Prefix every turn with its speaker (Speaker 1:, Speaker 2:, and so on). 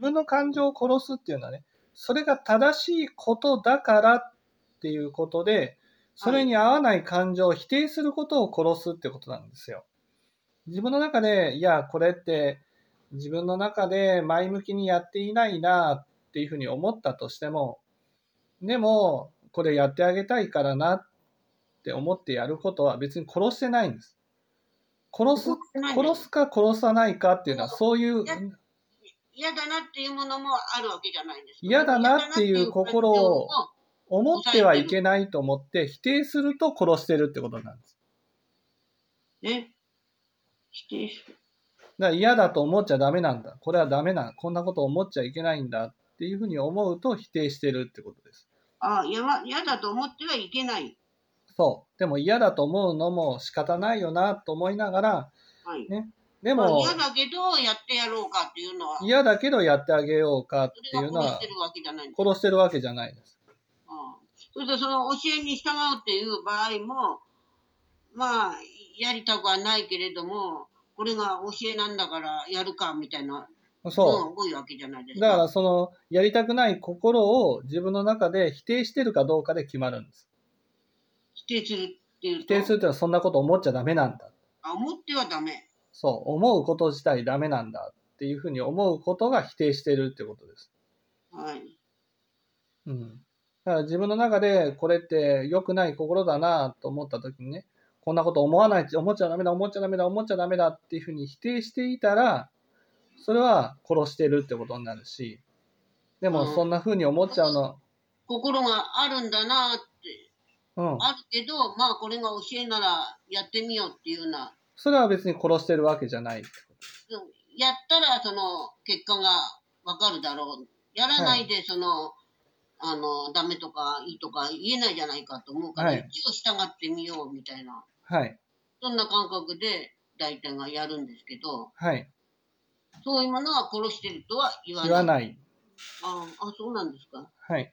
Speaker 1: の感情を殺すっていうのはね、それが正しいことだからっていうことで、それに合わない感情を否定することを殺すってことなんですよ。自分の中で、いや、これって自分の中で前向きにやっていないなっていうふうに思ったとしても、でも、これやってあげたいからなって思ってやることは別に殺してないんです。殺す、殺すか殺さないかっていうのはそういう
Speaker 2: 嫌だなっていうものもあるわけじゃないんですよ。
Speaker 1: 嫌だなっていう心を思ってはいけないと思って否定すると殺してるってことなんです。
Speaker 2: 嫌だなっていう感情をね、否定する。
Speaker 1: だから嫌だと思っちゃダメなんだ。これはダメなんこんなこと思っちゃいけないんだっていうふうに思うと否定してるってことです。
Speaker 2: ああ、やば嫌だと思ってはいけない。
Speaker 1: そう。でも嫌だと思うのも仕方ないよなと思いながら、
Speaker 2: はい。
Speaker 1: で
Speaker 2: まあ
Speaker 1: も
Speaker 2: 嫌だけど、やってやろうかっていうのは、そ
Speaker 1: 嫌だけどやってあげようかってい
Speaker 2: れ
Speaker 1: うの
Speaker 2: が殺し
Speaker 1: は
Speaker 2: てるわけじゃないんです
Speaker 1: 殺してるわけじゃないです。
Speaker 2: うんそれでその教えに従うっていう場合も、まあ、やりたくはないけれども、これが教えなんだからやるかみたいな、
Speaker 1: そう。
Speaker 2: うん多いわけじゃないです
Speaker 1: だからそのやりたくない心を自分の中で否定してるかどうかで決まるんです。
Speaker 2: 否定するっていうと、
Speaker 1: 否定するってのはそんなこと思っちゃダメなんだ。
Speaker 2: あ思ってはダメ。
Speaker 1: そう、思うこと自体ダメなんだっていうふうに思うことが否定してるってことです。
Speaker 2: はい。
Speaker 1: うん。だから自分の中でこれって良くない心だなと思った時にね、こんなこと思わない、思っちゃダメだ、思っちゃダメだ、思っちゃダメだっていうふうに否定していたら、それは殺してるってことになるし、でもそんなふうに思っちゃうの、
Speaker 2: 心があるんだなって、
Speaker 1: うん。
Speaker 2: あるけど、まあこれが教えならやってみようっていうような、
Speaker 1: それは別に殺してるわけじゃない。
Speaker 2: うんやったらその結果がわかるだろう。やらないでその、あの、ダメとかいいとか言えないじゃないかと思うから、
Speaker 1: はい
Speaker 2: 一応従ってみようみたいな、
Speaker 1: はい。
Speaker 2: そんな感覚で大体がやるんですけど、
Speaker 1: はい。
Speaker 2: そういうものは殺してるとは言わない。
Speaker 1: 言わない。
Speaker 2: ああ、そうなんですか。
Speaker 1: はい。